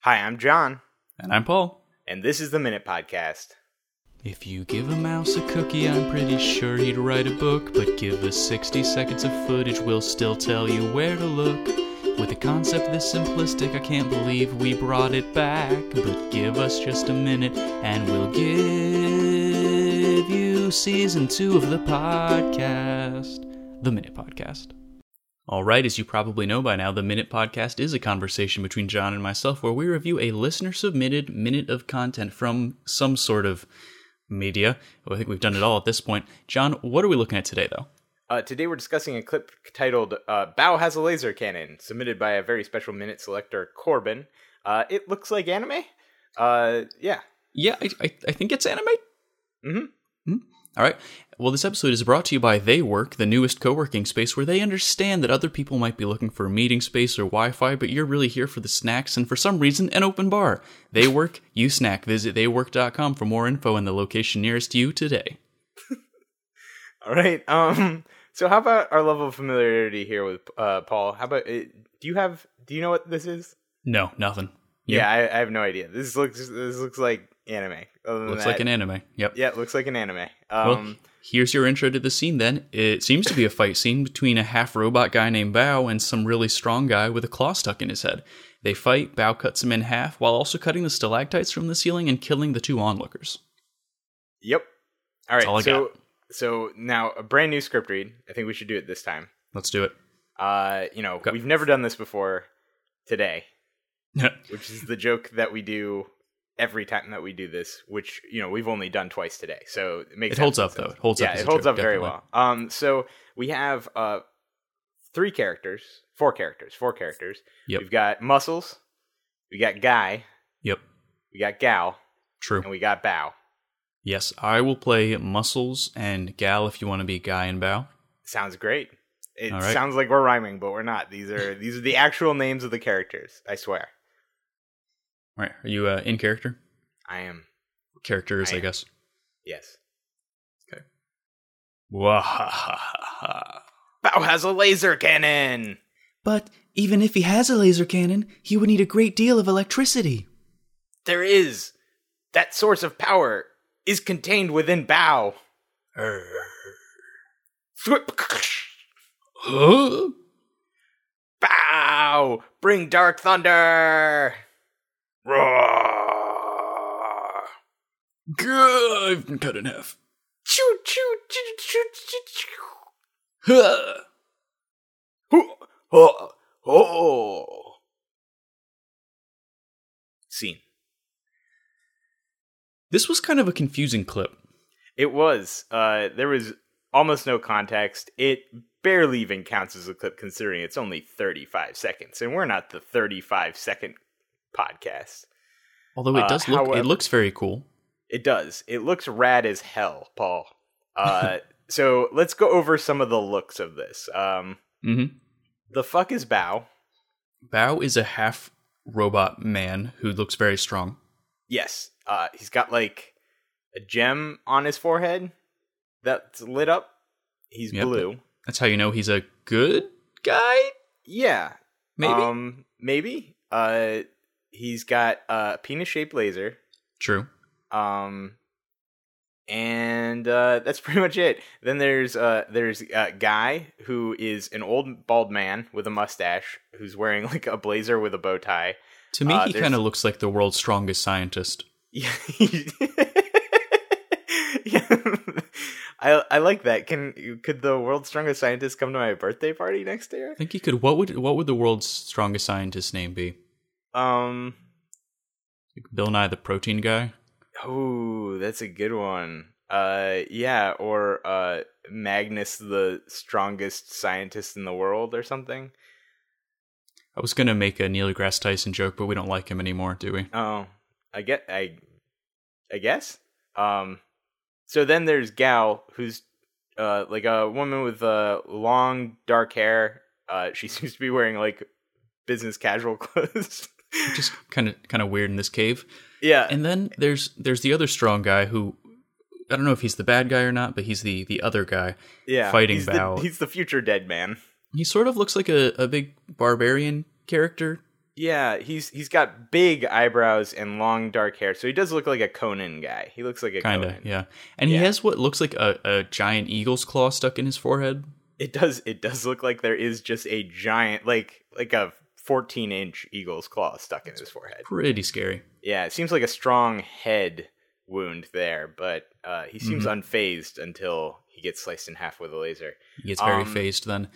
Hi, I'm John, And I'm Paul. and this is the Minute Podcast. If you give a mouse a cookie, I'm pretty sure he'd write a book. But give us 60 seconds of footage, we'll still tell you where to look. With a concept this simplistic, I can't believe we brought it back. But give us just a minute, and we'll give you season two of the podcast The Minute Podcast. All right, as you probably know by now, the Minute Podcast is a conversation between John and myself where we review a listener submitted minute of content from some sort of media. Well, I think we've done it all at this point. John, what are we looking at today, though? Uh, today we're discussing a clip titled uh, Bow Has a Laser Cannon, submitted by a very special Minute selector, Corbin. Uh, it looks like anime. Uh, yeah. Yeah, I, I, I think it's anime. Mhm. Hmm? All right. Well, this episode is brought to you by They Work, the newest co working space where they understand that other people might be looking for meeting space or Wi Fi, but you're really here for the snacks and for some reason, an open bar. They Work, you snack. Visit theywork.com for more info and the location nearest you today. All right. Um. So how about our level of familiarity here with uh, Paul? How about uh, do you have do you know what this is? No, nothing. You? Yeah, I, I have no idea. This looks this looks like anime. Other than Looks that- like an anime. Yep. yeah, it looks like an anime. Well, Um, here's your intro to the scene then. It seems to be a fight scene between a half robot guy named Bao and some really strong guy with a claw stuck in his head. They fight, Bao cuts him in half while also cutting the stalactites from the ceiling and killing the two onlookers. yep. All right. all I so so now a brand new script read. I think we should do it this time. Let's do it. Uh, you know, Okay. we've never done this before today, which is the joke that we do every time that we do this, which, you know, we've only done twice today. So it makes it holds up absolute though. sense. It holds up. yeah, as it a holds joke, up very definitely. well. Um, so we have uh three characters, four characters, four characters. Yep. We've got muscles, we got guy, Yep. we got gal, True. and we got bow. Yes, I will play muscles and gal if you want to be guy and bow. Sounds great. It All right. sounds like we're rhyming, but we're not. These are these are the actual names of the characters. I swear. All right. Are you uh, in character? I am Character is, I I, am. guess. yes. Wahahaha. Bow has a laser cannon. But even if he has a laser cannon, he would need a great deal of electricity. There is that source of power is contained within Bow. Uh, Huh? Bow! Bring dark thunder! Roar! Gah, I've been cut in half. Choo choo choo choo choo choo! Huh. Hoo, ho, ho. Scene. This was kind of a confusing clip. It was. Uh, there was almost no context. It barely even counts as a clip, considering it's only 35 seconds, and we're not the 35 second podcast. Although it Uh, does look however- it looks very cool. It does. It looks rad as hell, Paul. Uh, so let's go over some of the looks of this. Um, Mm-hmm. the fuck is Bow? Bao is a half robot man who looks very strong. Yes, uh, he's got like a gem on his forehead that's lit up. He's Yep. blue. That's how you know he's a good guy, Yeah, maybe? Um, maybe. Uh, he's got a penis-shaped laser. True. Um, and uh, that's pretty much it. Then there's uh, there's a guy who is an old bald man with a mustache who's wearing like a blazer with a bow tie. To me, Uh, he there's- kind of looks like the world's strongest scientist. Yeah. yeah. I I like that. Can could the world's strongest scientist come to my birthday party next year? I think he could. What would what would the world's strongest scientist's name be? Um. Bill Nye the Protein Guy. Oh, that's a good one. Uh, yeah, or uh, Magnus, the strongest scientist in the world, or something. I was gonna make a Neil deGrasse Tyson joke, but we don't like him anymore, do we? Oh, I get, I, I guess. Um, so then there's Gal, who's uh like a woman with uh long dark hair. Uh, she seems to be wearing like business casual clothes. Just kind of kind of weird in this cave. yeah, And then there's there's the other strong guy who I don't know if he's the bad guy or not, but he's the the other guy. yeah. fighting he's Bao. The, he's the future dead man. He sort of looks like a, a big barbarian character Yeah, he's he's got big eyebrows and long dark hair, so he does look like a Conan guy. He looks like a Kinda, Conan. yeah. And Yeah. he has what looks like a, a giant eagle's claw stuck in his forehead. It does it does look like there is just a giant like like a 14 inch eagle's claw stuck in his forehead. Pretty scary. Yeah, it seems like a strong head wound there, but uh, he seems Mm-hmm. unfazed until he gets sliced in half with a laser. He gets very Um, phased then.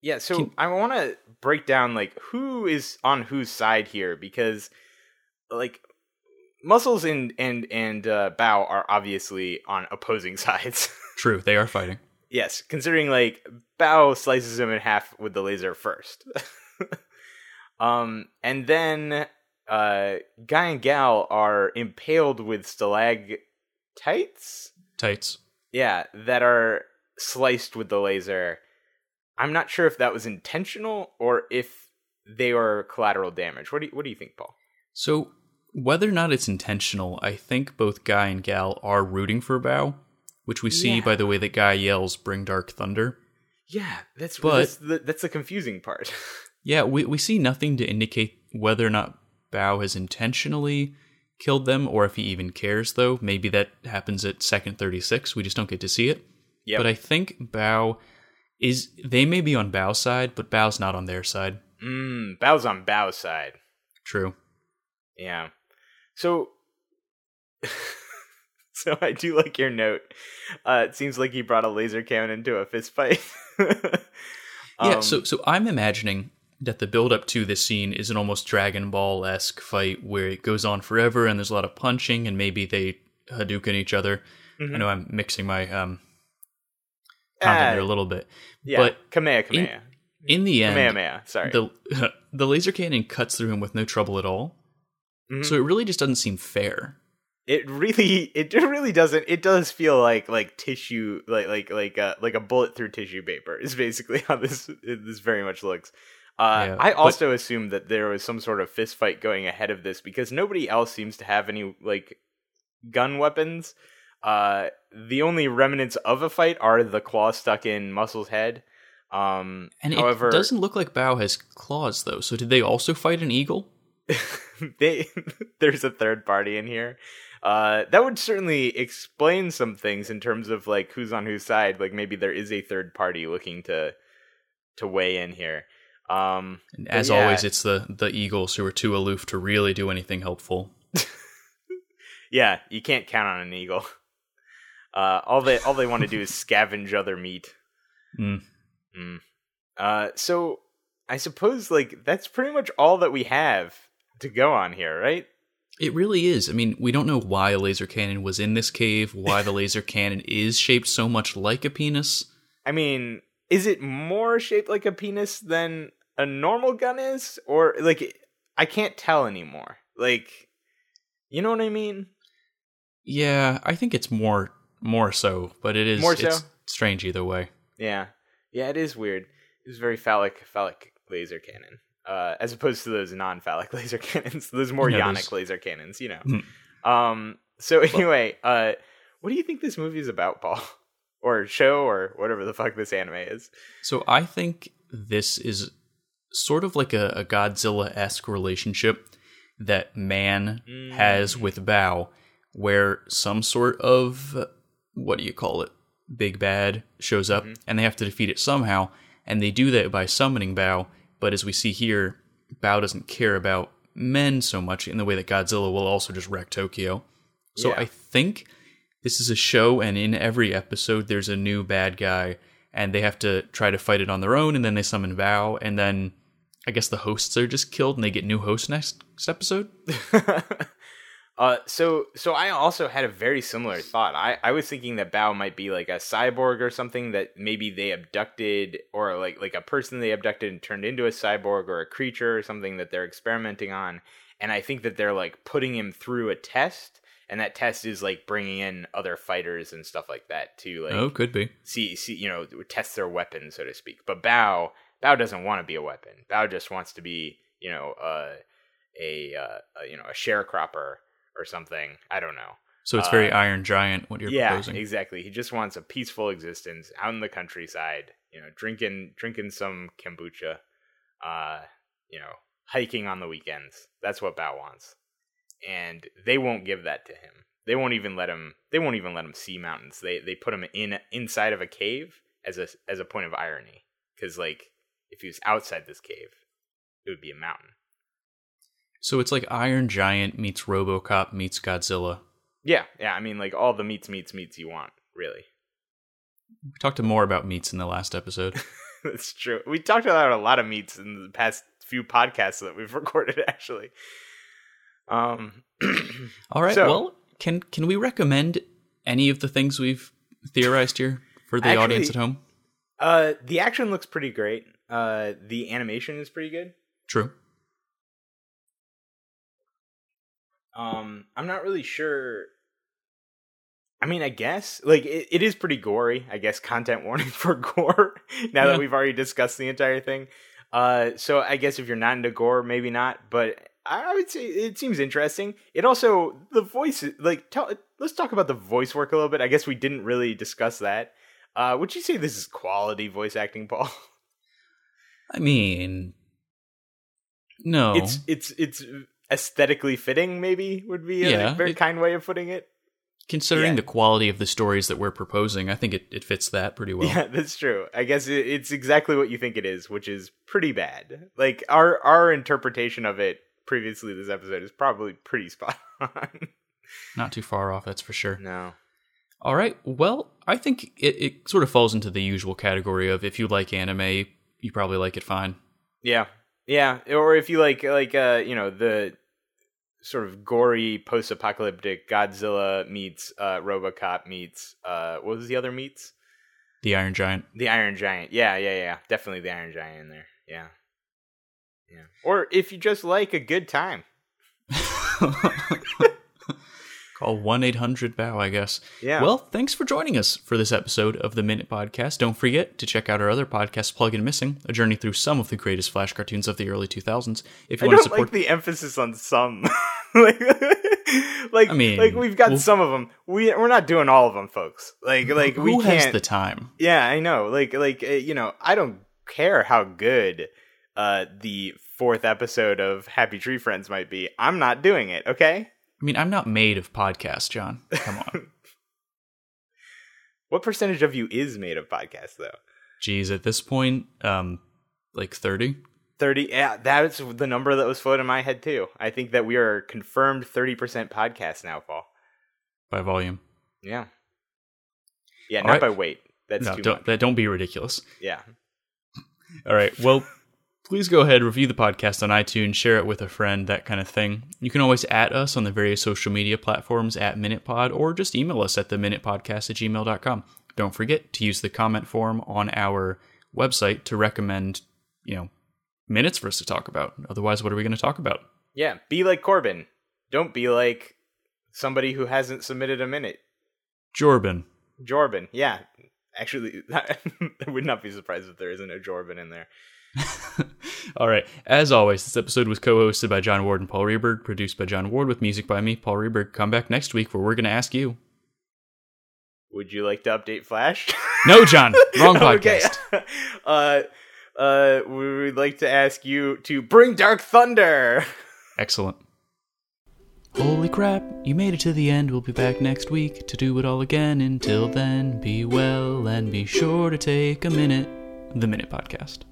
Yeah, so Can- I want to break down like who is on whose side here because like muscles and and and uh, bow are obviously on opposing sides. True, they are fighting. yes, considering like bow slices him in half with the laser first. um and then uh guy and gal are impaled with stalactites Tights. yeah that are sliced with the laser i'm not sure if that was intentional or if they are collateral damage what do you, what do you think paul So, whether or not it's intentional, I think both Guy and Gal are rooting for Bao, which we see Yeah. by the way that Guy yells, Bring Dark Thunder. yeah that's But- that's the, that's the confusing part Yeah, we, we see nothing to indicate whether or not Bao has intentionally killed them or if he even cares, though. Maybe that happens at second 36. We just don't get to see it. Yep. But I think Bao is. They may be on Bao's side, but Bao's not on their side. mm, bow's on bow's side True. Yeah. So So I do like your note. Uh it seems like he brought a laser cannon into a fist fight. yeah, Um, so so I'm imagining that the build up to this scene is an almost Dragon Ball esque fight where it goes on forever and there's a lot of punching and maybe they Hadouken each other. I Mhm. know I'm mixing my um content Ah, there a little bit. yeah. but Kamehameha. In the end, Kamehameha, sorry. the the laser cannon cuts through him with no trouble at all. Mhm. So it really just doesn't seem fair. it really it really doesn't it does feel like like tissue like like like uh like a bullet through tissue paper is basically how this this very much looks uh Yeah, i but- also assumed that there was some sort of fist fight going ahead of this because nobody else seems to have any like gun weapons uh the only remnants of a fight are the claw stuck in muscle's head um And however it doesn't look like Bao has claws though. So did they also fight an eagle? they there's a third party in here. Uh, that would certainly explain some things in terms of like who's on whose side. Like maybe there is a third party looking to to weigh in here. Um, And But as yeah. always, it's the the eagles who are too aloof to really do anything helpful. yeah, you can't count on an eagle. Uh, all they all they want to do is scavenge other meat. Mm. Mm. Uh, so I suppose like that's pretty much all that we have to go on here, right? It really is. I mean, we don't know why a laser cannon was in this cave, why the laser cannon is shaped so much like a penis. I mean, is it more shaped like a penis than a normal gun is? Or, like, I can't tell anymore. Like, you know what I mean? Yeah, I think it's more more so, but it is More so? it's strange either way. Yeah. Yeah, it is weird. It was very phallic, phallic laser cannon. Uh, as opposed to those non-phallic laser cannons, those more Yeah, ionic those- laser cannons, you know. Mm. Um. So anyway, uh, what do you think this movie is about, Paul, or show, or whatever the fuck this anime is? So I think this is sort of like a, a Godzilla esque relationship that man Mm. has with Bao, where some sort of uh, what do you call it? Big bad shows Mm-hmm. up and they have to defeat it somehow. And they do that by summoning Bao. But as we see here, Bao doesn't care about men so much in the way that Godzilla will also just wreck Tokyo. So Yeah. I think this is a show, and in every episode, there's a new bad guy, and they have to try to fight it on their own. And then they summon Bao, and then I guess the hosts are just killed, and they get new hosts next, next episode. uh, so so I also had a very similar thought. I, I was thinking that Bao might be like a cyborg or something that maybe they abducted or like like a person they abducted and turned into a cyborg or a creature or something that they're experimenting on. And I think that they're like putting him through a test, and that test is like bringing in other fighters and stuff like that to like oh, could be. see see you know test their weapon so to speak but bao bao doesn't want to be a weapon bao just wants to be you know uh, a uh, a, you know a sharecropper or something i don't know So it's very Uh, Iron Giant what you're yeah proposing. exactly he just wants a peaceful existence out in the countryside you know drinking drinking some kombucha uh you know hiking on the weekends. That's what Bao wants. And they won't give that to him. They won't even let him they won't even let him see mountains. They they put him in inside of a cave as a as a point of irony cuz like if he was outside this cave, it would be a mountain. So it's like Iron Giant meets RoboCop meets Godzilla. Yeah, yeah, I mean like all the meats meats meats you want, really. We talked more about meats in the last episode. That's true. We talked about a lot of meats in the past few podcasts that we've recorded actually. Um All right. So- well, can can we recommend any of the things we've theorized here for the Actually- audience at home? Uh, the action looks pretty great. Uh, the animation is pretty good. True. Um, I'm not really sure. I mean, I guess like it, it is pretty gory. I guess content warning for gore. now Yeah. that we've already discussed the entire thing, uh, so I guess if you're not into gore, maybe not. But I I would say it seems interesting. It also the voice, like, tell, let's talk about the voice work a little bit. I guess we didn't really discuss that. Uh, would you say this is quality voice acting, Paul? I mean, no. it's it's it's aesthetically fitting maybe would be a Yeah, very it- kind way of putting it Considering yeah. the quality of the stories that we're proposing, I think it, it fits that pretty well. yeah that's true i guess it, it's exactly what you think it is which is pretty bad like our our interpretation of it previously this episode is probably pretty spot on Not too far off, that's for sure. no All right. Well, I think it, it sort of falls into the usual category of if you like anime, you probably like it fine. yeah yeah or if you like like uh you know the sort of gory post-apocalyptic godzilla meets uh robocop meets uh what was the other meets The Iron Giant. The Iron Giant. Yeah, yeah, yeah. Definitely the Iron Giant in there. Yeah. Yeah. Or if you just like a good time. Call 1 800 BOW, I guess. Yeah. Well, thanks for joining us for this episode of the Minute Podcast. Don't forget to check out our other podcast, Plug and Missing, a journey through some of the greatest flash cartoons of the early 2000s. If I you want to don't support like the emphasis on some. like, like, I mean, like we've got well- some of them. We we're not doing all of them, folks. Like, like who we has can't. the time? yeah, I know. Like, like uh, you know, I don't care how good uh the fourth episode of Happy Tree Friends might be. I'm not doing it. Okay. I mean, I'm not made of podcasts, John. Come on. What percentage of you is made of podcasts, though? Geez, at this point, um, like 30? 30 yeah that's the number that was floating in my head too i think that we are confirmed 30% podcast now paul by volume. yeah yeah All not right. by weight that's no, too don't, much that, don't be ridiculous. yeah All right. Well, please go ahead, review the podcast on iTunes, share it with a friend, that kind of thing. You can always at us on the various social media platforms at MinutePod or just email us at the minutepodcast at gmail.com. Don't forget to use the comment form on our website to recommend, you know, minutes for us to talk about. Otherwise, what are we going to talk about? yeah be like corbin don't be like somebody who hasn't submitted a minute Jorben. jorbin yeah actually i would not be surprised if there isn't a jorbin in there All right. As always, this episode was co hosted by John Ward and Paul Reberg, produced by John Ward with music by me, Paul Reberg. Come back next week where we're going to ask you. would you like to update flash No, John, wrong podcast. okay uh uh we would like to ask you to bring dark thunder Excellent. Holy crap, you made it to the end. We'll be back next week to do it all again. Until then, be well and be sure to take a minute. The Minute Podcast.